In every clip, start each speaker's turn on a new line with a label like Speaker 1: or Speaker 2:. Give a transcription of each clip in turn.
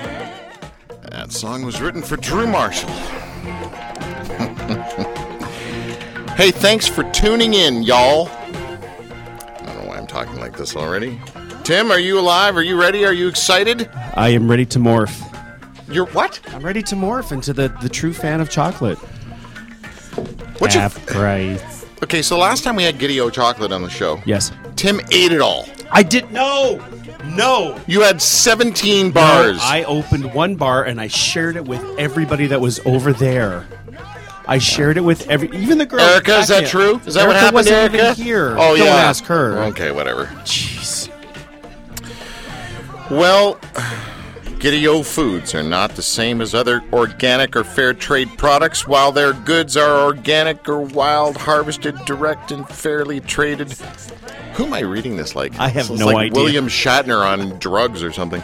Speaker 1: That song was written for Drew Marshall. hey, thanks for tuning in, y'all. I don't know why I'm talking like this already. Tim, are you alive? Are you ready? Are you excited?
Speaker 2: I am ready to morph.
Speaker 1: You're what?
Speaker 2: I'm ready to morph into the, the true fan of chocolate.
Speaker 1: What's your-
Speaker 2: Half price.
Speaker 1: Okay, so last time we had Giddy O chocolate on the show.
Speaker 2: Yes.
Speaker 1: Tim ate it all.
Speaker 2: I did no, no.
Speaker 1: You had 17 bars.
Speaker 2: I opened one bar and I shared it with everybody that was over there. I shared it with every, even the girl.
Speaker 1: Erica, is that
Speaker 2: back
Speaker 1: true?
Speaker 2: here.
Speaker 1: Is that what
Speaker 2: Erica
Speaker 1: happened,
Speaker 2: wasn't
Speaker 1: Erica?
Speaker 2: Even here.
Speaker 1: Oh
Speaker 2: Don't
Speaker 1: yeah. Oh,
Speaker 2: ask her.
Speaker 1: Okay, whatever.
Speaker 2: Jeez.
Speaker 1: Well, Gideo foods are not the same as other organic or fair trade products. While their goods are organic or wild, harvested, direct, and fairly traded. Who am I reading this like?
Speaker 2: I have
Speaker 1: This is
Speaker 2: no
Speaker 1: like
Speaker 2: idea.
Speaker 1: William Shatner on drugs or something.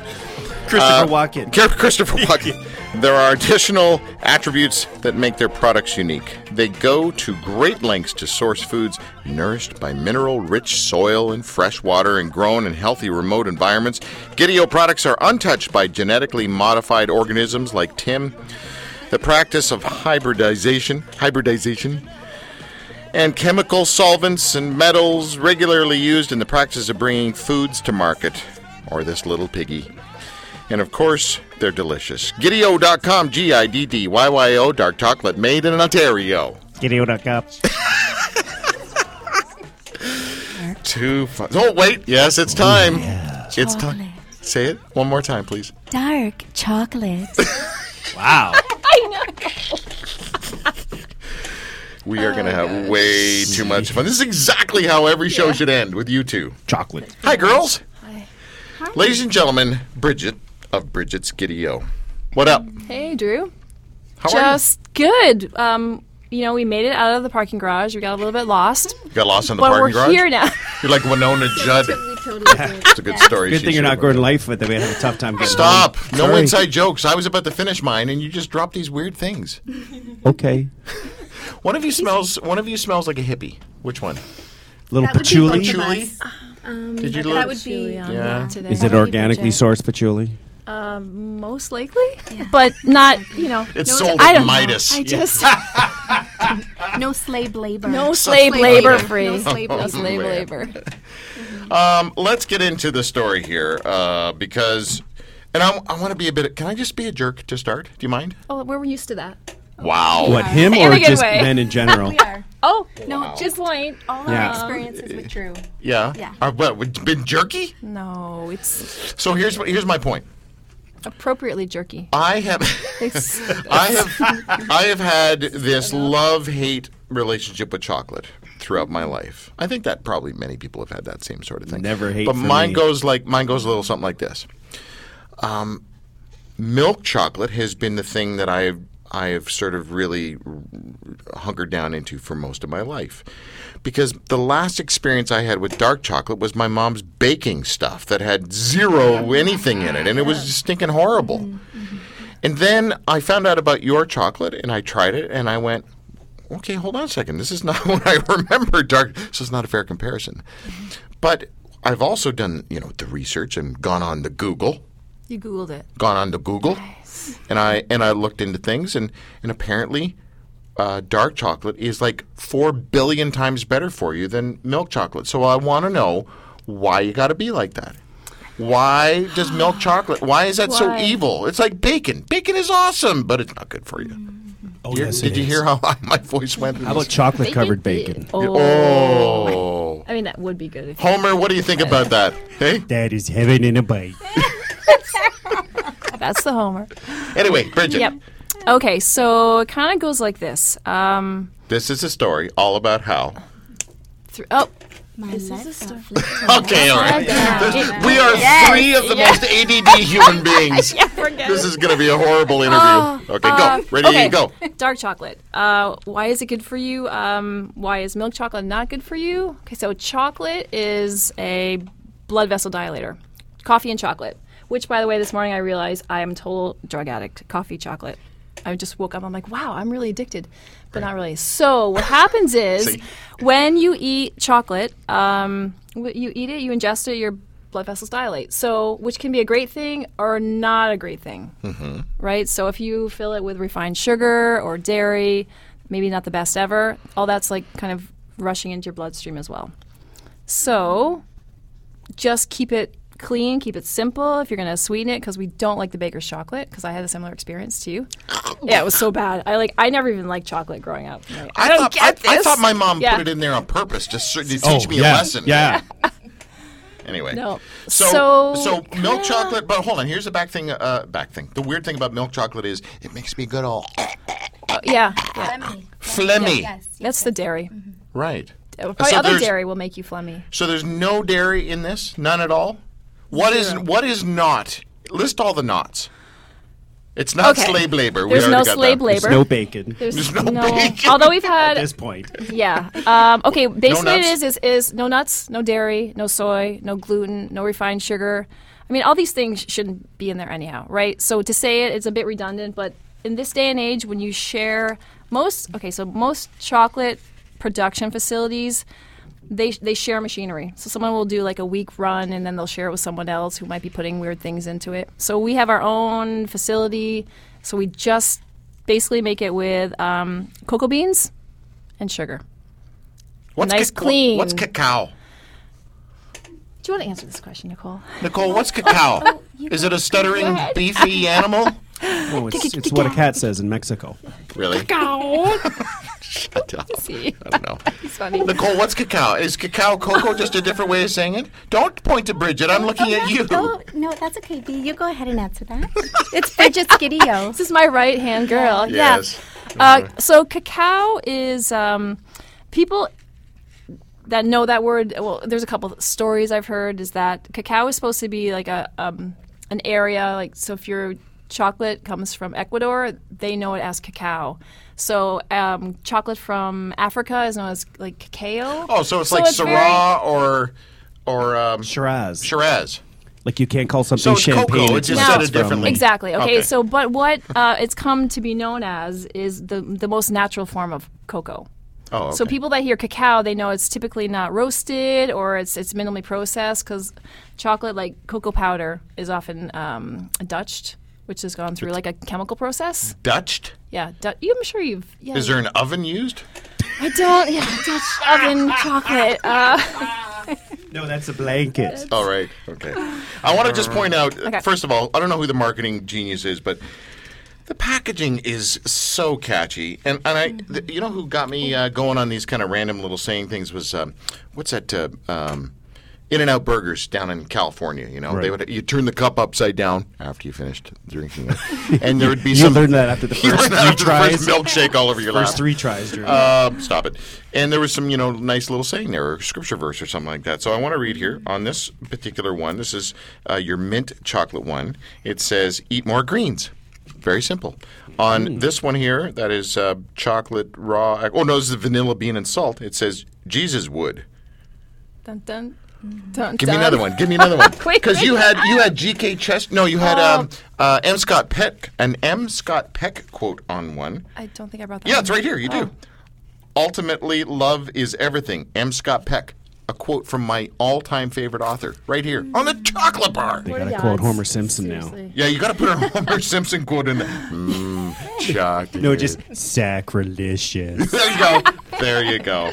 Speaker 2: Christopher
Speaker 1: Uh,
Speaker 2: Walken.
Speaker 1: Char- Christopher Walken. there are additional attributes that make their products unique. They go to great lengths to source foods nourished by mineral rich soil and fresh water and grown in healthy remote environments. Gideo products are untouched by genetically modified organisms like Tim. The practice of hybridization, hybridization and chemical solvents and metals regularly used in the practice of bringing foods to market, or this little piggy. And of course, they're delicious. Gideo.com, G I D D Y Y O, dark chocolate made in Ontario. Two. Fu- oh, wait. Yes, it's time. It's time. Say it one more time, please.
Speaker 3: Dark chocolate.
Speaker 2: Wow.
Speaker 1: We are going to have way too much fun. This is exactly how every show should end with you two.
Speaker 2: Chocolate.
Speaker 1: Hi, girls. Ladies and gentlemen, Bridget of Bridget's Gideo. What up?
Speaker 4: Hey, Drew.
Speaker 1: How
Speaker 4: Just good. Um, you know, we made it out of the parking garage. We got a little bit lost,
Speaker 1: are you? Got lost in the
Speaker 4: but
Speaker 1: parking
Speaker 4: we're
Speaker 1: garage?
Speaker 4: here now.
Speaker 1: You're like Winona Judd.
Speaker 5: We totally did.
Speaker 1: It's a good story.
Speaker 2: Good
Speaker 1: She
Speaker 2: thing you're
Speaker 1: should
Speaker 2: not
Speaker 1: have-
Speaker 2: Gordon Lightfoot. That we have a tough time getting.
Speaker 1: Stop!
Speaker 2: home.
Speaker 1: No
Speaker 2: Sorry.
Speaker 1: inside jokes. I was about to finish mine, and you just dropped these weird things.
Speaker 2: Okay.
Speaker 1: One of you smells. One of you smells like a hippie. Which one?
Speaker 2: Little
Speaker 5: That would be
Speaker 2: patchouli.
Speaker 5: both of us.
Speaker 1: Patchouli? Did you
Speaker 5: Uh-huh. Um, That
Speaker 1: look-
Speaker 5: would be
Speaker 1: Yeah.
Speaker 4: today.
Speaker 2: Is it organically sourced patchouli?
Speaker 4: Most likely, but not. You know,
Speaker 1: It's
Speaker 4: no,
Speaker 1: sold
Speaker 4: I
Speaker 1: at
Speaker 4: don't know.
Speaker 1: Midas.
Speaker 4: I just
Speaker 5: no slave labor.
Speaker 4: no slave
Speaker 5: slave
Speaker 4: labor
Speaker 5: labor.
Speaker 4: free.
Speaker 5: No slave
Speaker 4: No
Speaker 5: labor.
Speaker 4: slave labor.
Speaker 1: Um, let's get into the story here, uh, because, and I, I want to be a bit. Can I just be a jerk to start? Do you mind?
Speaker 4: Oh, we're used to that.
Speaker 1: Wow.
Speaker 2: What him
Speaker 4: In a
Speaker 2: or
Speaker 4: good
Speaker 2: just
Speaker 4: way.
Speaker 2: men in general?
Speaker 5: We are.
Speaker 4: Oh,
Speaker 5: No, just
Speaker 4: point.
Speaker 5: all
Speaker 2: Yeah.
Speaker 1: Uh,
Speaker 5: our experiences with Drew.
Speaker 1: Yeah.
Speaker 5: Yeah.
Speaker 1: Uh, what? we've Been jerky?
Speaker 4: No, it's
Speaker 1: So here's what- here's my point.
Speaker 4: appropriately jerky.
Speaker 1: I have,
Speaker 4: It's,
Speaker 1: I have, I have had this love hate relationship with chocolate throughout my life. I think that probably many people have had that same sort of thing.
Speaker 2: Never hate
Speaker 1: But
Speaker 2: for
Speaker 1: mine
Speaker 2: me.
Speaker 1: goes like mine goes a little something like this. Um, milk chocolate has been the thing that I've I have sort of really hunkered down into for most of my life. Because the last experience I had with dark chocolate was my mom's baking stuff that had zero anything in it, and it was just stinking horrible. And then I found out about your chocolate, and I tried it, and I went, okay, hold on a second. This is not what I remember. Dark. This is not a fair comparison. But I've also done, you know, the research and gone on to Google,
Speaker 4: you googled it.
Speaker 1: gone on to Google, and I and I looked into things, and and apparently. Uh, dark chocolate is like four billion times better for you than milk chocolate. So I want to know why you got to be like that. Why does milk chocolate? Why is that so
Speaker 4: Why?
Speaker 1: evil? It's like bacon. Bacon is awesome, but it's not good for you.
Speaker 4: Mm.
Speaker 2: Oh,
Speaker 1: You're-
Speaker 2: yes, it
Speaker 1: did you
Speaker 2: is.
Speaker 1: hear how high my voice went?
Speaker 2: How about chocolate covered bacon?
Speaker 1: Oh.
Speaker 4: I mean that would be good. If
Speaker 1: Homer, what do you think about that? Hey?
Speaker 2: That is heaven in a bite.
Speaker 4: That's the homer.
Speaker 1: Anyway, Bridget,
Speaker 4: Yep. Okay, so it kind of goes like this. Um,
Speaker 1: this is a story all about how.
Speaker 4: thr- oh,
Speaker 5: My legs are
Speaker 1: Okay, all right. This- We are three of the most ADD human beings. This is going to be a horrible interview. Okay, go. Ready?
Speaker 4: Oh, um, okay.
Speaker 1: Go.
Speaker 4: Dark chocolate. Uh, why is it good for you? Um, why is milk chocolate not good for you? Okay, so chocolate is a blood vessel dilator. Coffee and chocolate. Which, by the way, this morning I realized I am a total drug addict. Coffee, chocolate. I just woke up. I'm like, wow, I'm really addicted, but not really. So what happens is
Speaker 1: See?
Speaker 4: when you eat chocolate, um, wh- you eat it, you ingest it, your blood vessels dilate. So, which can be a great thing or not a great thing, mm-hmm. right? So, if you fill it with refined sugar or dairy, maybe not the best ever. All that's like kind of rushing into your bloodstream as well. So, just keep it clean, keep it simple. If you're going to sweeten it, because we don't like the baker's chocolate, because I had a similar experience to you. yeah, it was so bad. I like I never even liked chocolate growing up. Like, I, don't
Speaker 1: thought,
Speaker 4: get
Speaker 1: I,
Speaker 4: this.
Speaker 1: I thought my mom
Speaker 4: Yeah.
Speaker 1: put it in there on purpose just so- to teach
Speaker 2: Oh,
Speaker 1: me
Speaker 2: yeah,
Speaker 1: a lesson.
Speaker 2: Yeah.
Speaker 1: Anyway,
Speaker 4: No.
Speaker 1: So, so,
Speaker 4: So-
Speaker 1: milk chocolate. But hold on, here's the back thing. Uh, back thing. The weird thing about milk chocolate is it makes me good all
Speaker 4: Yeah, yeah.
Speaker 5: Lemony.
Speaker 1: phlegmy.
Speaker 5: Yes. yes,
Speaker 4: That's the dairy.
Speaker 1: Right.
Speaker 4: Uh, Probably
Speaker 1: Mm-hmm. So
Speaker 4: other
Speaker 1: there's-
Speaker 4: dairy will make you phlegmy.
Speaker 1: So there's no dairy in this, none at all. What is what is not? List all the knots. It's not
Speaker 4: Okay.
Speaker 1: slave labor.
Speaker 4: There's
Speaker 1: we
Speaker 4: no
Speaker 1: already got
Speaker 4: slave
Speaker 1: that.
Speaker 2: There's
Speaker 4: labor.
Speaker 2: no bacon
Speaker 1: There's no bacon.
Speaker 4: Although we've
Speaker 2: at
Speaker 4: had
Speaker 2: this point.
Speaker 4: yeah. Um, okay, basically it
Speaker 1: nuts?
Speaker 4: is, is is no nuts, no dairy, no soy, no gluten, no refined sugar. I mean, all these things shouldn't be in there anyhow, right? So to say it, it's a bit redundant, but in this day and age, when you share most, okay, so most chocolate production facilities, they they share machinery. So someone will do like a week run, and then they'll share it with someone else who might be putting weird things into it. So we have our own facility. So we just basically make it with um, cocoa beans and sugar.
Speaker 1: What's
Speaker 4: Nice
Speaker 1: ca-
Speaker 4: clean.
Speaker 1: What's cacao?
Speaker 4: Do you want to answer this question, Nicole?
Speaker 1: Nicole, what's cacao? Is it a stuttering, beefy animal?
Speaker 2: Oh, it's, it's what a cat says in Mexico.
Speaker 1: Really? Shut up. I don't know.
Speaker 4: It's funny.
Speaker 1: Nicole, what's cacao? Is cacao cocoa just a different way of saying it? Don't point to Bridget. I'm looking at you.
Speaker 5: Oh, no, that's okay. Dee, You go ahead and answer that. it's Bridget Skiddio.
Speaker 4: This is my right hand girl. Yeah.
Speaker 1: Yes.
Speaker 4: Uh, so cacao is um, people that know that word. Well, there's a couple stories I've heard is that cacao is supposed to be like a um, an area like so if your chocolate comes from Ecuador, they know it as cacao. So um, chocolate from Africa is known as like cacao.
Speaker 1: Oh, so it's like Syrah or or um,
Speaker 2: Shiraz.
Speaker 1: Shiraz.
Speaker 2: Like you can't call
Speaker 1: So
Speaker 2: something
Speaker 1: it's
Speaker 2: champagne.
Speaker 1: cocoa, it
Speaker 2: until
Speaker 1: just
Speaker 2: it's
Speaker 1: said it
Speaker 2: from-
Speaker 1: differently.
Speaker 4: Exactly. Okay.
Speaker 1: Okay.
Speaker 4: So, but what uh, it's come to be known as is the the most natural form of cocoa.
Speaker 1: Oh, okay.
Speaker 4: So people that hear cacao, they know it's typically not roasted or it's it's minimally processed because chocolate, like cocoa powder, is often um, Dutched, which has gone through like a chemical process.
Speaker 1: Dutched?
Speaker 4: Yeah, du- you- I'm sure you've. Yeah,
Speaker 1: Is there an oven used?
Speaker 4: I don't. Yeah, Dutch oven chocolate. Uh,
Speaker 2: No, that's a blanket.
Speaker 1: All right. Okay. I want to just point out,
Speaker 4: Okay.
Speaker 1: first of all, I don't know who the marketing genius is, but the packaging is so catchy. And and I, th- you know, who got me uh, going on these kind of random little saying things was um, what's that? Uh, um, in and out burgers down in California, you know, they
Speaker 2: Right.
Speaker 1: would you turn the cup upside down after you finished drinking it, and there would be
Speaker 2: You
Speaker 1: some.
Speaker 2: learned that after the
Speaker 1: you learned
Speaker 2: first three
Speaker 1: after the
Speaker 2: tries.
Speaker 1: first milkshake all over your lap.
Speaker 2: First three tries, Drew.
Speaker 1: Um, stop it. And there was some, you know, nice little saying there, or scripture verse or something like that. So I want to read here on this particular one. This is uh, your mint chocolate one. It says, "Eat more greens." Very simple. On this one here, that is uh, chocolate raw. Oh no, this is vanilla bean and salt. It says, "Jesus would."
Speaker 4: dun, dun, dun,
Speaker 1: Give
Speaker 4: dun.
Speaker 1: me another one. Give me another one.
Speaker 4: Quick,
Speaker 1: Because you had you had G.K. Chest. No, you had
Speaker 4: Oh.
Speaker 1: um, uh, M. Scott Peck an M. Scott Peck quote on one.
Speaker 4: I don't think I brought that.
Speaker 1: Yeah,
Speaker 4: one.
Speaker 1: it's right here. You do.
Speaker 2: Oh.
Speaker 1: Ultimately, love is everything. M. Scott Peck. A quote from my all-time favorite author, right here on the chocolate bar.
Speaker 2: they gotta quote Homer Simpson now.
Speaker 1: Yeah, you got to put a Homer Simpson quote in there. Mm, chocolate.
Speaker 2: No, just sacrilegious.
Speaker 1: there you go. There you go.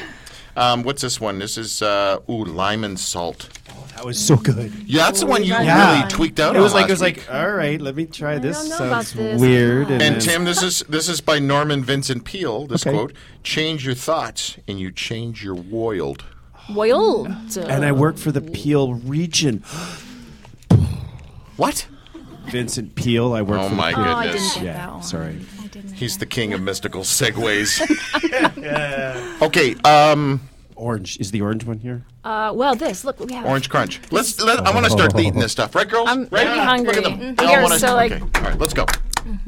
Speaker 1: Um, what's this one? This is uh, ooh lime and salt.
Speaker 2: that was so good.
Speaker 1: Yeah, that's the one you
Speaker 2: Yeah.
Speaker 1: really tweaked out.
Speaker 2: It
Speaker 1: on
Speaker 2: was like
Speaker 1: last
Speaker 2: it was
Speaker 1: week.
Speaker 2: like, all right, let me try this.
Speaker 4: don't know
Speaker 2: Sounds
Speaker 4: about this.
Speaker 2: weird. And,
Speaker 1: And
Speaker 2: then-
Speaker 1: Tim, this is this is by Norman Vincent Peale. This
Speaker 2: Okay.
Speaker 1: quote: "Change your thoughts, and you change your world."
Speaker 4: Boiled.
Speaker 2: and I work for the Peel region.
Speaker 1: What?
Speaker 2: Vincent Peel. I work
Speaker 1: Oh
Speaker 2: for
Speaker 1: my
Speaker 2: the Peel.
Speaker 4: oh, I
Speaker 1: goodness.
Speaker 4: didn't get that
Speaker 2: Yeah,
Speaker 4: one.
Speaker 2: sorry.
Speaker 5: I didn't. know
Speaker 1: He's the king of mystical segues. okay, um,
Speaker 2: Orange is the orange one here.
Speaker 4: Uh, well, this look we have.
Speaker 1: orange crunch. Let's. Let, I want to start eating this stuff, right, girls?
Speaker 4: I'm
Speaker 1: right?
Speaker 4: really hungry.
Speaker 1: Look at them.
Speaker 4: Mhm.
Speaker 1: They all
Speaker 4: We are
Speaker 1: wanna-
Speaker 4: so, like-
Speaker 1: okay. All right, let's go.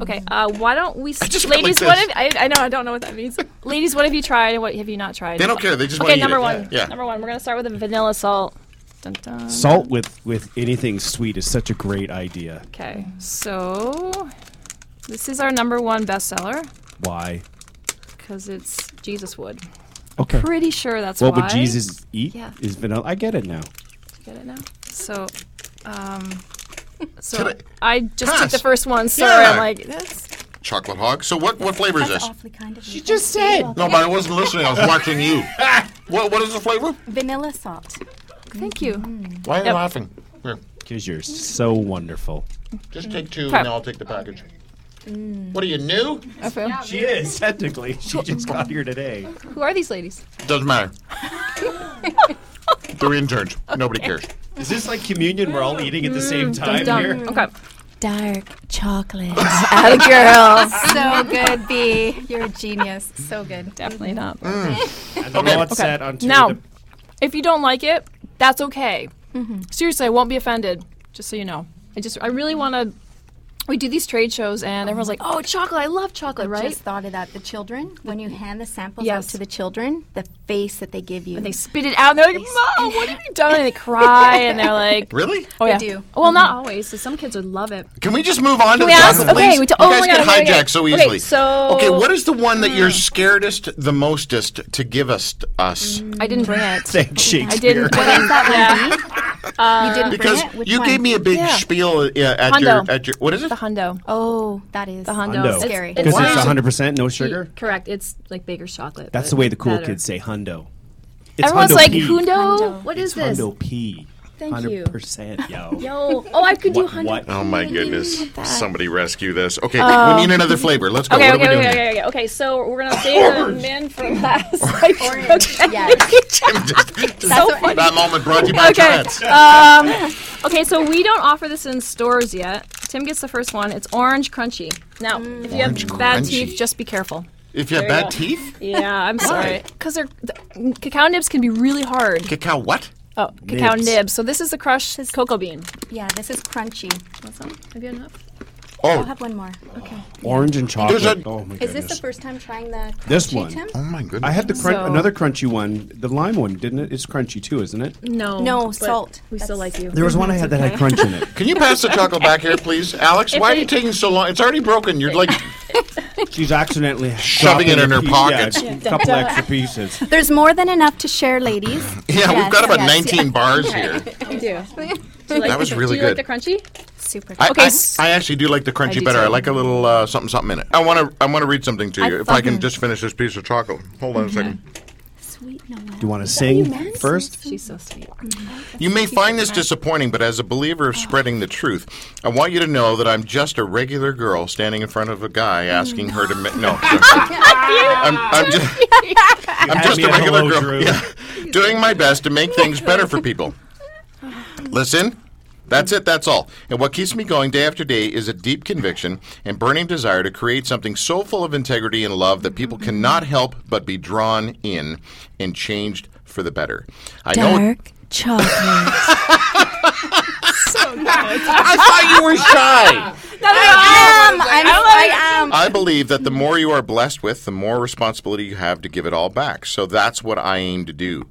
Speaker 4: Okay, uh, why don't we,
Speaker 1: just went
Speaker 4: ladies?
Speaker 1: like
Speaker 4: what
Speaker 1: this.
Speaker 4: have I, I know? I don't know what that means. ladies, what have you tried and what have you not tried?
Speaker 1: They don't care. They just
Speaker 4: Okay,
Speaker 1: want to
Speaker 4: number
Speaker 1: eat
Speaker 4: one.
Speaker 1: it. Yeah.
Speaker 4: Number one. We're gonna start with a vanilla salt. Dun, dun.
Speaker 2: Salt with with anything sweet is such a great idea.
Speaker 4: Okay, so this is our number one bestseller
Speaker 2: Why?
Speaker 4: because it's Jesus wood.
Speaker 2: Okay.
Speaker 4: Pretty sure that's
Speaker 2: What
Speaker 4: why.
Speaker 2: would Jesus eat?
Speaker 4: Yeah.
Speaker 2: Is vanilla? I get it now.
Speaker 4: Get it now? So um, So
Speaker 1: Could
Speaker 4: I, just took
Speaker 1: Pass.
Speaker 4: the first one. Sorry,
Speaker 1: Yeah.
Speaker 4: I'm like, that's
Speaker 1: Chocolate hog. So what? What flavor is
Speaker 5: That's
Speaker 1: this?
Speaker 5: awfully kind of you.
Speaker 2: She just said.
Speaker 1: No, but I wasn't listening. I was watching you. What? What is the flavor?
Speaker 5: Vanilla salt.
Speaker 4: thank you.
Speaker 1: Why are you
Speaker 4: Yep.
Speaker 1: laughing? Here,
Speaker 2: Because you're so wonderful.
Speaker 1: just take two,
Speaker 4: Prob-
Speaker 1: and I'll take the package.
Speaker 4: Mm.
Speaker 1: What are you new?
Speaker 4: Okay.
Speaker 2: She is technically. She just got here today.
Speaker 4: Who are these ladies?
Speaker 1: Doesn't matter. Three interns. Nobody cares.
Speaker 2: Is this like communion? We're all eating at the same time
Speaker 4: Done.
Speaker 2: here.
Speaker 4: Mm. Okay.
Speaker 3: Dark chocolate.
Speaker 5: Oh, girl. so good, B. You're a genius. So good.
Speaker 4: Definitely not.
Speaker 1: Mm.
Speaker 2: And the okay. set on two
Speaker 4: Now,
Speaker 2: of the-
Speaker 4: if you don't like it, that's okay. Seriously, I won't be offended. Just so you know, I just I really want to. We do these trade shows, and everyone's like, "Oh, chocolate! I love chocolate, right?"
Speaker 5: Just thought of that. The children, when you hand the samples
Speaker 4: Yes.
Speaker 5: out to the children, the face that they give you.
Speaker 4: they spit it out, and they're like, "Mom, what have you done?" And they cry, and they're like,
Speaker 1: Really?
Speaker 4: "Oh yeah."
Speaker 5: do.
Speaker 4: Well, not always. So some kids would love it.
Speaker 1: Can we just move on to
Speaker 4: Can
Speaker 1: the
Speaker 4: we ask?
Speaker 1: chocolate,
Speaker 4: Okay,
Speaker 1: please?
Speaker 4: we t-
Speaker 1: you
Speaker 4: oh
Speaker 1: guys
Speaker 4: my
Speaker 1: get
Speaker 4: God, okay,
Speaker 1: hijacked
Speaker 4: okay.
Speaker 1: so
Speaker 4: Okay,
Speaker 1: easily.
Speaker 4: so- Hmm.
Speaker 1: okay, what is the one that you're scaredest the mostest to give us us?
Speaker 4: I didn't bring it.
Speaker 2: Thanks,
Speaker 4: I
Speaker 2: Shakespeare.
Speaker 4: didn't. Bring it.
Speaker 5: that one, B? you didn't bring
Speaker 1: Because
Speaker 5: it? Which
Speaker 1: you
Speaker 5: one?
Speaker 1: gave me a big
Speaker 4: Yeah.
Speaker 1: spiel uh, at
Speaker 4: Hundo.
Speaker 1: your at your what is it?
Speaker 4: The hundo.
Speaker 5: Oh, that is.
Speaker 4: The hundo.
Speaker 2: Hundo.
Speaker 4: It's-
Speaker 5: Scary.
Speaker 4: It's,
Speaker 2: Because
Speaker 1: Why
Speaker 2: it's
Speaker 1: is it-
Speaker 2: 100 percent no sugar.
Speaker 4: Correct. It's like baker's chocolate.
Speaker 2: That's
Speaker 4: but
Speaker 2: the way the cool
Speaker 4: better.
Speaker 2: kids say hundo. It's
Speaker 4: Everyone's
Speaker 2: hundo
Speaker 4: like,
Speaker 2: P.
Speaker 4: "Hundo,
Speaker 5: Hundo.
Speaker 4: what is this?"
Speaker 2: Hundo P.
Speaker 4: Thank you.
Speaker 2: 100 percent, yo.
Speaker 4: Yo. Oh, I could do
Speaker 2: What?
Speaker 4: hundo.
Speaker 2: what?
Speaker 1: Oh my goodness! Somebody rescue this. Okay, we need another flavor. Let's go.
Speaker 4: Oh. Okay,
Speaker 1: what
Speaker 4: okay,
Speaker 1: are we
Speaker 4: okay,
Speaker 1: doing?
Speaker 4: okay, okay, okay. So we're gonna save the men for last. Like, okay.
Speaker 5: Yes.
Speaker 4: so funny.
Speaker 1: That moment brought you by
Speaker 4: Okay. Uh,
Speaker 1: Trance.
Speaker 4: Um, Okay, so we don't offer this in stores yet. Tim gets the first one. It's orange crunchy. Now, if you have
Speaker 1: Orange
Speaker 4: bad
Speaker 1: crunchy.
Speaker 4: teeth, just be careful.
Speaker 1: if you have
Speaker 4: there you
Speaker 1: bad
Speaker 4: go.
Speaker 1: teeth,
Speaker 4: Yeah, I'm sorry. Because they're the, cacao nibs can be really hard.
Speaker 1: cacao what?
Speaker 4: Oh, cacao
Speaker 2: Nibs.
Speaker 4: nibs. So this is the crushed cocoa bean.
Speaker 5: yeah, this is crunchy.
Speaker 4: Want some? Have you had enough?
Speaker 5: I'll
Speaker 1: Oh,
Speaker 5: have one more.
Speaker 2: Orange and chocolate.
Speaker 1: There's a-
Speaker 2: oh my
Speaker 5: Is
Speaker 2: goodness.
Speaker 5: this the first time trying the
Speaker 2: This
Speaker 5: crunchy,
Speaker 2: one.
Speaker 5: Tim?
Speaker 1: oh my goodness!
Speaker 2: I had the crun-
Speaker 4: So-
Speaker 2: another crunchy one, the lime one, didn't it? It's crunchy too, isn't it?
Speaker 4: No.
Speaker 5: No,
Speaker 4: but
Speaker 5: salt.
Speaker 4: We still like you.
Speaker 2: There was one I had that had crunch in it.
Speaker 1: Can you pass the chocolate back here, please, Alex? Why are you taking so long? It's already broken. You're like
Speaker 2: She's accidentally
Speaker 1: Shoving it
Speaker 2: dropping
Speaker 1: in
Speaker 2: a
Speaker 1: her
Speaker 2: piece-
Speaker 1: pockets.
Speaker 2: Yeah, a couple extra pieces.
Speaker 5: There's more than enough to share,
Speaker 2: uh,
Speaker 5: ladies.
Speaker 1: Yeah, we've
Speaker 5: Yes,
Speaker 1: got about
Speaker 5: yes,
Speaker 1: 19 bars here.
Speaker 4: We do. Do you like
Speaker 1: That
Speaker 4: the
Speaker 1: was
Speaker 4: cr-
Speaker 1: really
Speaker 4: do you
Speaker 1: good.
Speaker 4: like the crunchy?
Speaker 5: Super.
Speaker 1: I,
Speaker 4: Okay,
Speaker 1: I-
Speaker 4: s-
Speaker 1: I, actually do like the crunchy
Speaker 4: do
Speaker 1: better.
Speaker 4: too.
Speaker 1: I like a little uh, something something in it. I want to I want to read something to you. if I can
Speaker 5: fucking-
Speaker 1: just finish this piece of chocolate. Hold on a second.
Speaker 5: Sweet no
Speaker 2: Do you want to sing first?
Speaker 4: She's so sweet.
Speaker 1: You may find this disappointing, but as a believer of spreading the truth, I want you to know that I'm just a regular girl standing in front of a guy asking her to ma- no. sorry. I'm, I'm just I'm just
Speaker 2: me
Speaker 1: a
Speaker 2: at
Speaker 1: regular
Speaker 2: hello,
Speaker 1: girl.
Speaker 2: Drew.
Speaker 1: Yeah. doing my best to make things better for people. Listen, that's it, that's all. And what keeps me going day after day is a deep conviction and burning desire to create something so full of integrity and love that people cannot help but be drawn in and changed for the better. I know
Speaker 3: Dark chocolate.
Speaker 4: Oh,
Speaker 1: I thought you were shy.
Speaker 5: Um, I'm, um, I am.
Speaker 1: I believe that the more you are blessed with, the more responsibility you have to give it all back. So that's what I aim to do.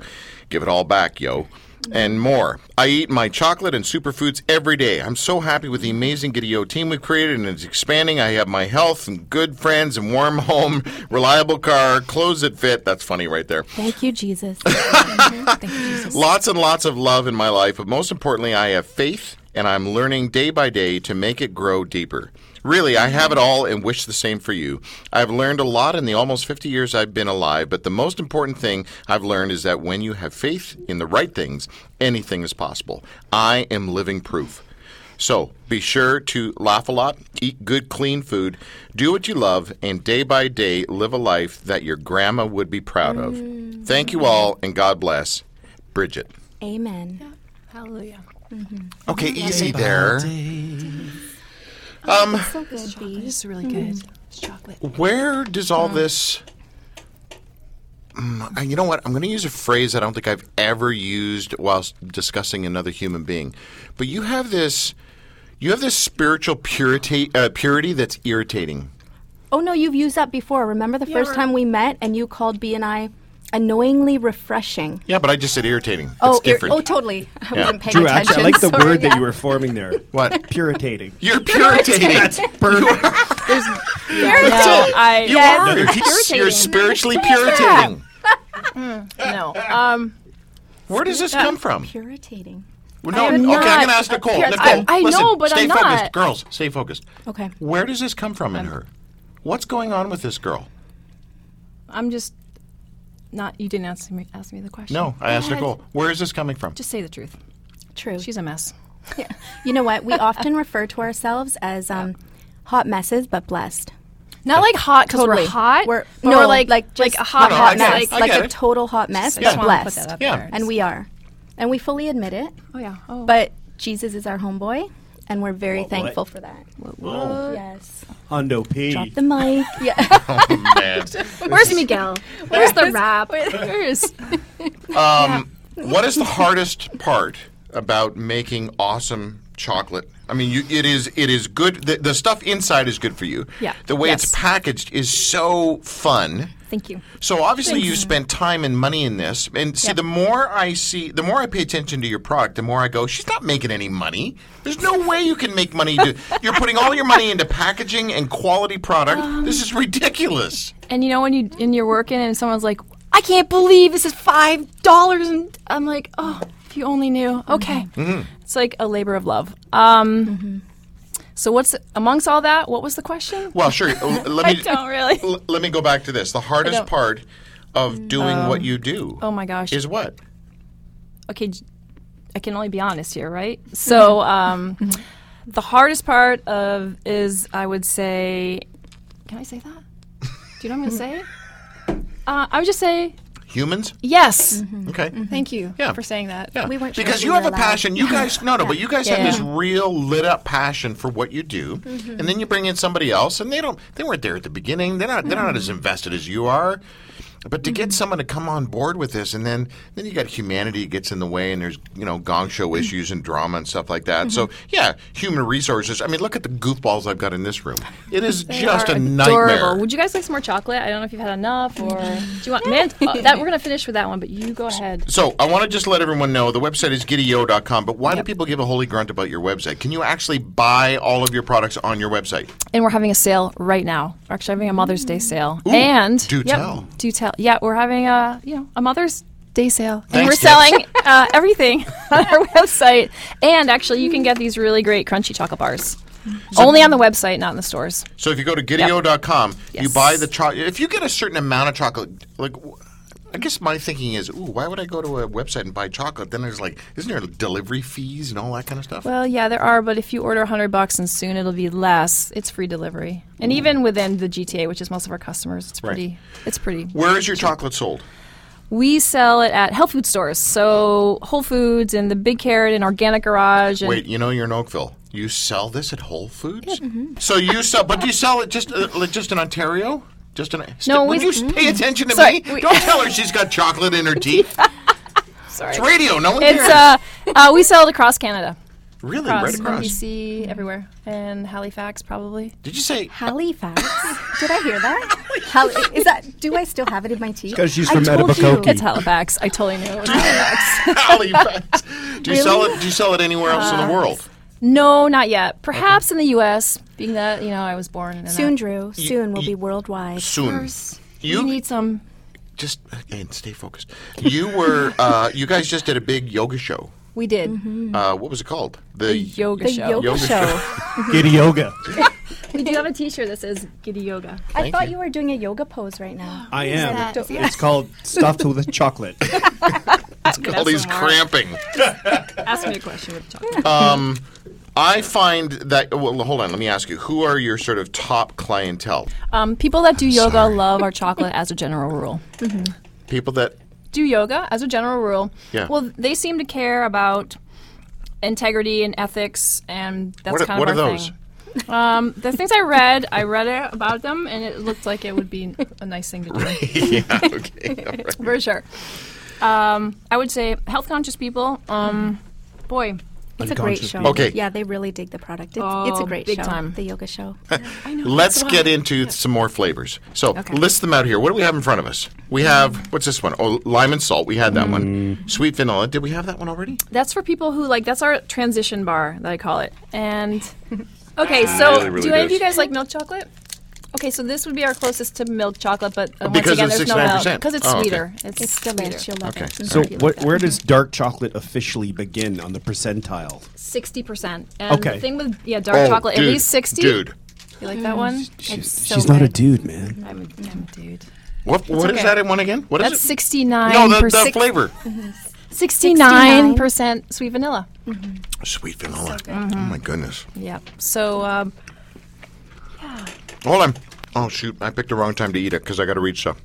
Speaker 1: Give it all back, yo. And more. I eat my chocolate and superfoods every day. I'm so happy with the amazing Gideo team we've created and it's expanding. I have my health and good friends and warm home, reliable car, clothes that fit. That's funny right there.
Speaker 3: Thank you, Jesus. Thank you, Jesus.
Speaker 1: Lots and lots of love in my life, but most importantly, I have faith and I'm learning day by day to make it grow deeper. Really, I have it all and wish the same for you. I've learned a lot in the almost 50 years I've been alive, but the most important thing I've learned is that when you have faith in the right things, anything is possible. I am living proof. So be sure to laugh a lot, eat good, clean food, do what you love, and day by day live a life that your grandma would be proud of. Thank you all, and God bless. Bridget.
Speaker 5: Amen.
Speaker 4: Hallelujah.
Speaker 1: Okay, easy there.
Speaker 5: Um, So good, B.
Speaker 4: It's really good. It's chocolate.
Speaker 1: Where does all this. Mm, I- You know what? I'm going to use a phrase I don't think I've ever used whilst discussing another human being, but you have this, you have this spiritual purity, uh, purity that's irritating.
Speaker 5: Oh no, you've used that before. Remember the first time we met and you called B and I annoyingly refreshing.
Speaker 1: Yeah, but I just said irritating. It's
Speaker 5: oh, ir-
Speaker 1: different.
Speaker 5: oh, totally. I wasn't paying
Speaker 2: Drew,
Speaker 5: attention.
Speaker 2: actually, I like the
Speaker 5: Sorry,
Speaker 2: word that
Speaker 5: yeah.
Speaker 2: you were forming there.
Speaker 1: What?
Speaker 2: Puritating.
Speaker 1: You're puritating. That's
Speaker 4: No, I
Speaker 1: you are. You're, you're spiritually puritating.
Speaker 4: no. Um,
Speaker 1: Where does this come from?
Speaker 5: irritating.
Speaker 1: Well, no,
Speaker 4: am
Speaker 1: okay,
Speaker 4: not
Speaker 1: I'm going to ask
Speaker 4: a
Speaker 1: Nicole.
Speaker 4: parent.
Speaker 1: Nicole,
Speaker 4: I- I
Speaker 1: listen,
Speaker 4: know, but
Speaker 1: stay
Speaker 4: I'm
Speaker 1: focused.
Speaker 4: not.
Speaker 1: Girls, stay focused.
Speaker 5: Okay.
Speaker 1: Where does this come from in her? What's going on with this girl?
Speaker 4: I'm just not. You didn't ask me ask me the question.
Speaker 1: No, I asked Nicole. Where is this coming from?
Speaker 4: Just say the truth.
Speaker 5: True.
Speaker 4: She's a mess.
Speaker 5: Yeah. You know what? We often refer to ourselves as um, hot messes, but blessed.
Speaker 4: Not like hot because
Speaker 5: Totally.
Speaker 4: we're hot.
Speaker 5: We're-
Speaker 4: but
Speaker 5: no,
Speaker 4: we're like
Speaker 5: like
Speaker 4: like
Speaker 5: just
Speaker 4: a hot,
Speaker 1: No, no, I
Speaker 4: hot
Speaker 1: get
Speaker 4: mess.
Speaker 1: it. I
Speaker 5: like
Speaker 1: get
Speaker 5: a
Speaker 1: it.
Speaker 5: total hot mess,
Speaker 4: I just
Speaker 5: but
Speaker 4: wanna put that
Speaker 5: blessed.
Speaker 4: up
Speaker 1: Yeah.
Speaker 4: there.
Speaker 5: And we are. And we fully admit it.
Speaker 4: Oh yeah. Oh.
Speaker 5: But Jesus is our homeboy, and we're very thankful for that. Yes.
Speaker 2: Hundo P.
Speaker 5: Drop the mic. yeah.
Speaker 1: Oh, man.
Speaker 3: Where's Miguel? Where's the rap?
Speaker 4: Where is-
Speaker 1: what is the hardest part about making awesome chocolate? I mean, you, it is it is good. The, the stuff inside is good for you.
Speaker 4: Yeah.
Speaker 1: The way
Speaker 4: Yes.
Speaker 1: it's packaged is so fun.
Speaker 4: Thank you.
Speaker 1: So obviously you spent time and money in this. And see, the more I see, the more I pay attention to your product, the more I go, she's not making any money. There's no way you can make money. To, you're putting all your money into packaging and quality product.
Speaker 4: Um,
Speaker 1: this is ridiculous.
Speaker 4: And you know when you and you're working and someone's like, I can't believe this is five dollars, and I'm like, oh, if you only knew. Okay, it's like a labor of love. Um, So what's amongst all that? What was the question?
Speaker 1: Well, sure. l- Let me,
Speaker 4: I don't really.
Speaker 1: l- let me go back to this. The hardest
Speaker 4: don't-
Speaker 1: part of doing what you do.
Speaker 4: Oh my gosh.
Speaker 1: Is what?
Speaker 4: okay, j- I can only be honest here, right? So, um, the hardest part of is I would say, can I say that? Do you know what I'm gonna say? Uh, I would just say
Speaker 1: Humans?
Speaker 4: yes.
Speaker 1: Okay.
Speaker 4: Thank you
Speaker 1: Yeah.
Speaker 4: for saying that.
Speaker 1: Yeah.
Speaker 5: weren't sure
Speaker 1: because
Speaker 5: if we
Speaker 1: you
Speaker 5: were
Speaker 1: have a
Speaker 5: allowed.
Speaker 1: passion. You guys, no, no, but you guys have
Speaker 4: Yeah.
Speaker 1: this real lit up passion for what you do,
Speaker 5: Mm-hmm.
Speaker 1: and then you bring in somebody else, and they don't, they weren't there at the beginning. They're not, they're not
Speaker 5: Mm-hmm.
Speaker 1: as invested as you are. But to get someone to come on board with this, and then then you got humanity gets in the way, and there's you know gong show
Speaker 5: Mm-hmm.
Speaker 1: issues and drama and stuff like that. So yeah, human resources. I mean, look at the goofballs I've got in this room. It is just a nightmare.
Speaker 4: Would you guys like some more chocolate? I don't know if you've had enough, or do you want man? uh, that we're gonna finish with that one, but you go ahead.
Speaker 1: So I want to just let everyone know the website is giddyyo.com, but why do people give a holy grunt about your website? Can you actually buy all of your products on your website?
Speaker 4: And we're having a sale right now. We're actually having a Mother's Day sale. and
Speaker 1: do
Speaker 4: yep,
Speaker 1: tell.
Speaker 4: do tell. Yeah, we're having a you know a Mother's Day sale, and
Speaker 1: Thanks, Deb.
Speaker 4: we're selling uh, everything on our website. And actually, you can get these really great crunchy chocolate bars. Only on the website, not in the stores.
Speaker 1: So if you go to giddyyo.com, you
Speaker 4: Yes.
Speaker 1: buy the chocolate. If you get a certain amount of chocolate, like w- I guess my thinking is, ooh, why would I go to a website and buy chocolate? Then there's like, isn't there delivery fees and all that kind of stuff?
Speaker 4: Well, yeah, there are, but if you order 100 bucks and soon it'll be less. It's free delivery, and even within the GTA, which is most of our customers, it's pretty. It's pretty.
Speaker 1: Where is your chocolate sold?
Speaker 4: We sell it at health food stores, so Whole Foods and the Big Carrot and Organic Garage. And
Speaker 1: Wait, you know you're in Oakville. You sell this at Whole Foods?
Speaker 4: mm-hmm.
Speaker 1: So you sell, but do you sell it just uh, like, just in Ontario? Just in
Speaker 4: No,
Speaker 1: would
Speaker 4: we-
Speaker 1: you s- pay attention to
Speaker 4: Sorry,
Speaker 1: me?
Speaker 4: we-
Speaker 1: Don't tell her she's got chocolate in her teeth.
Speaker 4: Sorry.
Speaker 1: It's radio. No one
Speaker 4: It's
Speaker 1: cares.
Speaker 4: uh, uh, we sell it across Canada,
Speaker 1: really
Speaker 4: across,
Speaker 1: right across.
Speaker 4: BC, everywhere, and Halifax probably.
Speaker 1: Did you say?
Speaker 5: Halifax. Did I hear that? Hal- is that? Do I still have it in my teeth?
Speaker 2: 'cause she's
Speaker 5: I
Speaker 2: from
Speaker 5: told
Speaker 2: Etobicoke.
Speaker 5: you.
Speaker 4: It's Halifax. I totally knew it was Halifax.
Speaker 1: Halifax. Do you sell it? Do you sell it anywhere else
Speaker 4: Uh,
Speaker 1: in the world?
Speaker 4: No, not yet. Perhaps in the U.S. Being that you know I was born in
Speaker 5: Soon, Drew. Soon we'll
Speaker 1: y-
Speaker 5: be worldwide.
Speaker 1: Soon.
Speaker 4: You
Speaker 1: You-
Speaker 4: need some.
Speaker 1: Just and stay focused. You were. Uh, you guys just did a big yoga show.
Speaker 4: We did
Speaker 1: Uh, what was it called? The,
Speaker 4: Mm-hmm. the yoga
Speaker 5: The
Speaker 4: show.
Speaker 5: yoga,
Speaker 1: Yoga
Speaker 5: show.
Speaker 2: Giddy yoga.
Speaker 4: we do have a T-shirt that says Giddy Yoga.
Speaker 5: I thought
Speaker 1: you.
Speaker 5: you. were doing a yoga pose right now.
Speaker 2: I am.
Speaker 5: that?
Speaker 2: It's called stuffed with chocolate.
Speaker 1: All these cramping.
Speaker 4: Ask me a question. With chocolate.
Speaker 1: I find that. Well, hold on. Let me ask you. Who are your sort of top clientele?
Speaker 4: Um, people that do yoga
Speaker 1: sorry.
Speaker 4: love our chocolate as a general rule.
Speaker 1: People that.
Speaker 4: do yoga as a general rule.
Speaker 1: Yeah.
Speaker 4: Well, they seem to care about integrity and ethics, and that's
Speaker 1: What are-
Speaker 4: kind
Speaker 1: what are
Speaker 4: of our
Speaker 1: those?
Speaker 4: thing. Um, the things I read, I read it about them, and it looked like it would be a nice thing to do
Speaker 1: yeah. Okay. all right.
Speaker 4: for sure. Um, I would say health conscious people. Um, boy,
Speaker 5: It's a great show.
Speaker 1: Okay.
Speaker 5: Yeah, they really dig the product. It's, it's a
Speaker 4: Oh,
Speaker 5: great
Speaker 4: big
Speaker 5: show.
Speaker 4: time.
Speaker 5: The yoga show.
Speaker 1: Let's get into some more flavors. So list them out here. What do we have in front of us? We have what's this one? Oh, lime and salt. We had that one. Sweet vanilla. Did we have that one already?
Speaker 4: that's for people who like. That's our transition bar that I call it. And okay, so
Speaker 1: really
Speaker 4: do any of
Speaker 1: good.
Speaker 4: you guys like milk chocolate? Okay, so this would be our closest to milk chocolate, but uh, once
Speaker 1: Because
Speaker 4: again,
Speaker 1: of
Speaker 4: there's no milk
Speaker 1: 69%.
Speaker 4: because it's
Speaker 1: Oh, okay.
Speaker 4: sweeter. It's, sweeter.
Speaker 5: You'll love
Speaker 1: Okay.
Speaker 5: it.
Speaker 2: So what, where does dark chocolate officially begin on the percentile?
Speaker 4: Sixty percent. And
Speaker 2: Okay.
Speaker 4: The thing with yeah, dark chocolate
Speaker 1: Oh, dude,
Speaker 4: at least sixty.
Speaker 1: Dude,
Speaker 4: you like that one?
Speaker 2: She's,
Speaker 4: so
Speaker 2: she's not a
Speaker 4: good.
Speaker 2: dude, man.
Speaker 4: I'm a, I'm a dude.
Speaker 1: what what is
Speaker 4: okay.
Speaker 1: that one again? What is
Speaker 4: That's
Speaker 1: it?
Speaker 4: sixty nine.
Speaker 1: No, the, the flavor.
Speaker 4: Sixty nine percent sweet vanilla.
Speaker 1: Sweet vanilla. Oh
Speaker 4: Mm-hmm.
Speaker 1: my goodness.
Speaker 4: Yep. So um,
Speaker 1: Hold on. Oh shoot, I picked the wrong time to eat it because I got to read stuff.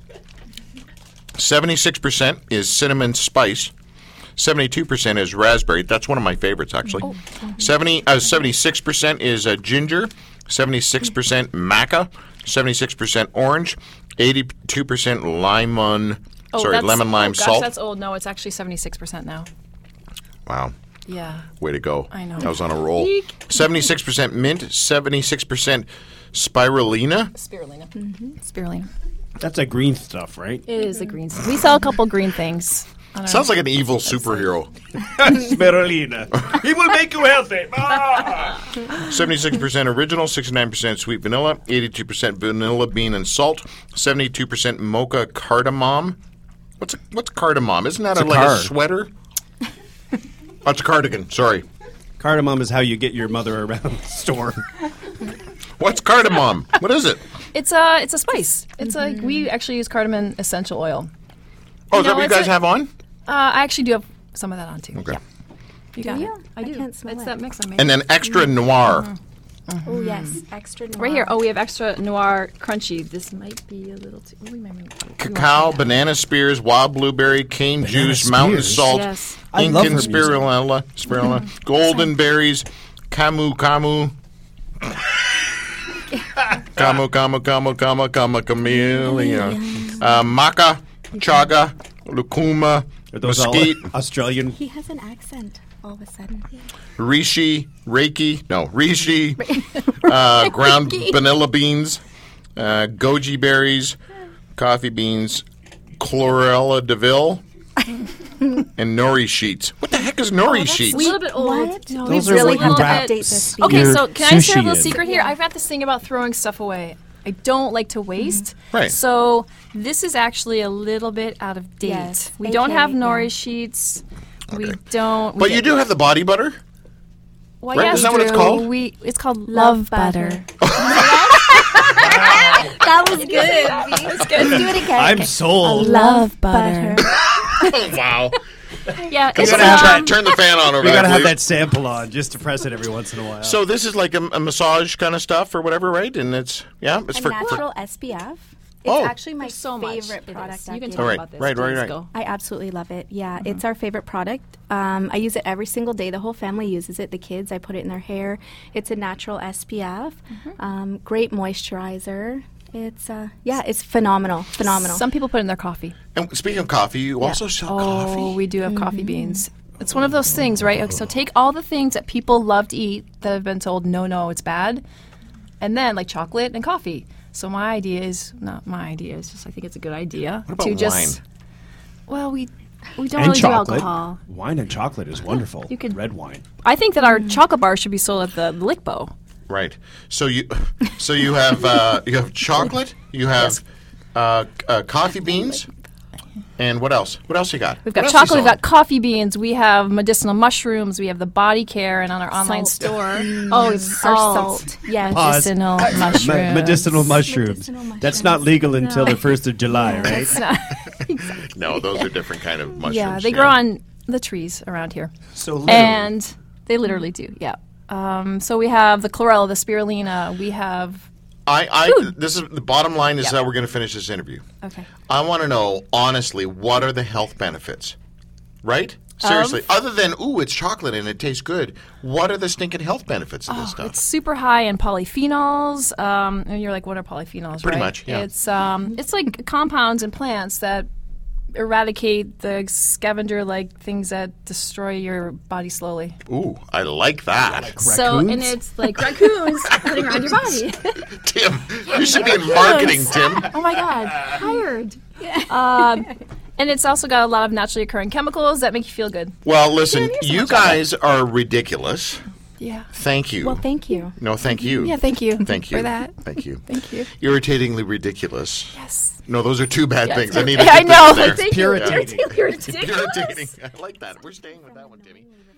Speaker 1: Seventy-six percent is cinnamon spice. Seventy-two percent is raspberry. That's one of my favorites, actually.
Speaker 4: Oh, mm-hmm.
Speaker 1: Seventy, uh, seventy-six percent is uh, ginger. Seventy-six percent maca. Seventy-six percent orange. Eighty-two percent lemon.
Speaker 4: oh,
Speaker 1: sorry,
Speaker 4: that's-
Speaker 1: lemon lime
Speaker 4: oh, gosh,
Speaker 1: salt.
Speaker 4: That's old. No, it's actually seventy six percent now.
Speaker 1: wow.
Speaker 4: Yeah.
Speaker 1: Way to go.
Speaker 4: I know.
Speaker 1: I was on a roll.
Speaker 4: Eek.
Speaker 1: 76% mint, 76% spirulina.
Speaker 4: Spirulina. Spirulina.
Speaker 2: That's a green stuff, right?
Speaker 4: Mm-hmm. It is a green. We sell a couple green things.
Speaker 1: Sounds like an evil superhero.
Speaker 2: Spirulina. he will make you healthy. Ah!
Speaker 1: 76% original, 69% sweet vanilla, 82% vanilla bean and salt, 72% mocha cardamom. What's a, what's cardamom? Isn't that
Speaker 2: It's
Speaker 1: a,
Speaker 2: a
Speaker 1: like a
Speaker 2: card.
Speaker 1: sweater? That's a cardigan. Sorry.
Speaker 2: Cardamom is how you get your mother around the store.
Speaker 1: What's cardamom? what is it?
Speaker 4: It's a it's a spice. It's a we actually use cardamom essential oil.
Speaker 1: Oh, is that
Speaker 4: No,
Speaker 1: what you
Speaker 4: it's
Speaker 1: guys
Speaker 4: a-
Speaker 1: have on?
Speaker 4: Uh, I actually do have some of that on too.
Speaker 1: Okay.
Speaker 4: You got
Speaker 5: Yeah,
Speaker 4: it.
Speaker 5: I can't smell
Speaker 4: It's
Speaker 5: it.
Speaker 4: that mix I made.
Speaker 1: And then extra noir.
Speaker 5: Oh yes, extra
Speaker 4: right here. Oh, we have extra noir crunchy. This might be a little too. Oh, we might make- we
Speaker 1: cacao,
Speaker 4: might do that.
Speaker 1: banana spears, wild blueberry, cane juice, mountain
Speaker 2: spears?
Speaker 1: salt,
Speaker 4: Yes.
Speaker 2: I
Speaker 1: Incan
Speaker 2: love her music.
Speaker 1: spirulina, spirulina, golden berries, camu camu. camu camu camu camu camu camellia. Uh, maca, chaga, lucuma,
Speaker 2: Are those all
Speaker 1: mesquite,
Speaker 2: Australian?
Speaker 5: He has an accent all of a sudden.
Speaker 1: reishi, reiki, no, reishi, uh, ground vanilla beans, uh, goji berries, coffee beans, chlorella de Vil, and nori sheets. What the heck is nori sheets?
Speaker 4: A little bit old.
Speaker 5: What?
Speaker 4: No,
Speaker 5: Those
Speaker 4: we
Speaker 5: are
Speaker 4: really
Speaker 5: what you
Speaker 4: have
Speaker 5: wrap
Speaker 4: it.
Speaker 5: this
Speaker 4: Okay,
Speaker 2: your
Speaker 4: so can I
Speaker 2: sushi
Speaker 4: share a little
Speaker 2: in.
Speaker 4: secret here? I've got this thing about throwing stuff away. I don't like to
Speaker 5: Mm-hmm.
Speaker 4: waste.
Speaker 1: Right.
Speaker 4: So this is actually a little bit out of date.
Speaker 5: Yes,
Speaker 4: We don't
Speaker 5: AKA,
Speaker 4: have nori
Speaker 5: yeah.
Speaker 4: sheets. We don't. we
Speaker 1: But you
Speaker 4: get-
Speaker 1: do have the body butter.
Speaker 4: Well,
Speaker 1: right?
Speaker 4: yes,
Speaker 1: Is that what it's
Speaker 4: Drew,
Speaker 1: called?
Speaker 4: We it's called love,
Speaker 5: Love
Speaker 4: butter.
Speaker 5: butter. That was good.
Speaker 4: That's good.
Speaker 5: Do it again.
Speaker 2: I'm sold. You
Speaker 5: love butter.
Speaker 1: Oh wow!
Speaker 4: Yeah,
Speaker 1: You
Speaker 4: it's
Speaker 1: gotta turn,
Speaker 4: um,
Speaker 1: turn the fan on over.
Speaker 2: gotta
Speaker 1: I
Speaker 2: have
Speaker 1: believe.
Speaker 2: that sample on just to press it every once in a while.
Speaker 1: So this is like a, a massage kind of stuff or whatever, right? And it's yeah, it's
Speaker 5: a
Speaker 1: for, for-
Speaker 5: natural SPF. It's
Speaker 1: Oh.
Speaker 5: actually my
Speaker 4: so much.
Speaker 5: favorite
Speaker 4: It is.
Speaker 5: product.
Speaker 4: You
Speaker 5: I've
Speaker 4: can
Speaker 5: used.
Speaker 4: talk
Speaker 1: Alright,
Speaker 4: about this.
Speaker 1: right, right,
Speaker 4: Please
Speaker 1: right.
Speaker 4: go.
Speaker 5: I absolutely love it. Yeah,
Speaker 4: Mm-hmm.
Speaker 5: it's our favorite product. Um, I use it every single day. The whole family uses it. The kids, I put it in their hair. It's a natural SPF.
Speaker 4: Mm-hmm.
Speaker 5: Um, great moisturizer. It's uh, yeah, it's phenomenal, phenomenal.
Speaker 4: Some people put it in their coffee.
Speaker 1: And speaking of coffee, you also sell
Speaker 4: Oh,
Speaker 1: coffee.
Speaker 4: we do have coffee beans. It's one of those things, right? So take all the things that people love to eat that have been told, no, no, it's bad, and then like chocolate and coffee. So my idea is not my idea. It's just I think it's a good idea
Speaker 1: What about
Speaker 4: to
Speaker 1: wine?
Speaker 4: just. Well, we we don't
Speaker 2: and
Speaker 4: really
Speaker 2: chocolate,
Speaker 4: do alcohol.
Speaker 2: wine and chocolate is wonderful.
Speaker 4: You could-
Speaker 2: red wine.
Speaker 4: I think that our chocolate bar should be sold at the Lickbo.
Speaker 1: Right. So you, so you have uh, you have chocolate. You have uh, c- uh, coffee beans, and what else? What else you got?
Speaker 4: We've got chocolate, we've got coffee beans, we have medicinal mushrooms, we have the body care, and on our online
Speaker 5: Salt.
Speaker 4: store. oh, it's
Speaker 5: Our salt. Yes.
Speaker 2: Pause.
Speaker 4: Medicinal mushrooms.
Speaker 2: Me- medicinal mushrooms.
Speaker 5: Medicinal
Speaker 2: That's not
Speaker 5: mushrooms.
Speaker 2: legal until the first of July, right?
Speaker 1: No, those are different kind of mushrooms.
Speaker 4: Yeah, they grow on the trees around here.
Speaker 2: So literally.
Speaker 4: And they literally do, yeah. Um, so we have the chlorella, the spirulina, we have.
Speaker 1: I, I this is the bottom line is how we're going to finish this interview.
Speaker 4: Okay.
Speaker 1: I want to know honestly what are the health benefits, right? Seriously,
Speaker 4: Um,
Speaker 1: other than ooh, it's chocolate and it tastes good. What are the stinking health benefits of this stuff?
Speaker 4: Oh, It's super high in polyphenols. Um, and you're like, what are polyphenols?
Speaker 1: Pretty
Speaker 4: right?
Speaker 1: much, yeah.
Speaker 4: It's um, it's like compounds in plants that eradicate the scavenger-like things that destroy your body slowly.
Speaker 1: ooh, I like that.
Speaker 4: So and
Speaker 2: Raccoons?
Speaker 4: it's like
Speaker 3: like raccoons putting around your body.
Speaker 1: Tim, you should be in marketing, Tim.
Speaker 4: oh my god. Um,
Speaker 3: Tired.
Speaker 4: And it's also got a lot of naturally occurring chemicals that make you feel good.
Speaker 1: Well, listen, you guys are ridiculous.
Speaker 4: Yeah.
Speaker 1: Thank you.
Speaker 5: Well, thank you.
Speaker 1: no, thank you.
Speaker 4: Yeah, thank you.
Speaker 1: Thank you.
Speaker 4: For that.
Speaker 1: Thank you.
Speaker 4: Thank you.
Speaker 1: Irritatingly ridiculous.
Speaker 4: Yes.
Speaker 1: No, those are two bad
Speaker 4: Yes.
Speaker 1: things. I need to
Speaker 4: I
Speaker 1: get
Speaker 4: know.
Speaker 1: those there.
Speaker 4: Thank you.
Speaker 2: Puritating.
Speaker 4: Irritating.
Speaker 1: Irritating. I like that. We're staying with that one, Timmy.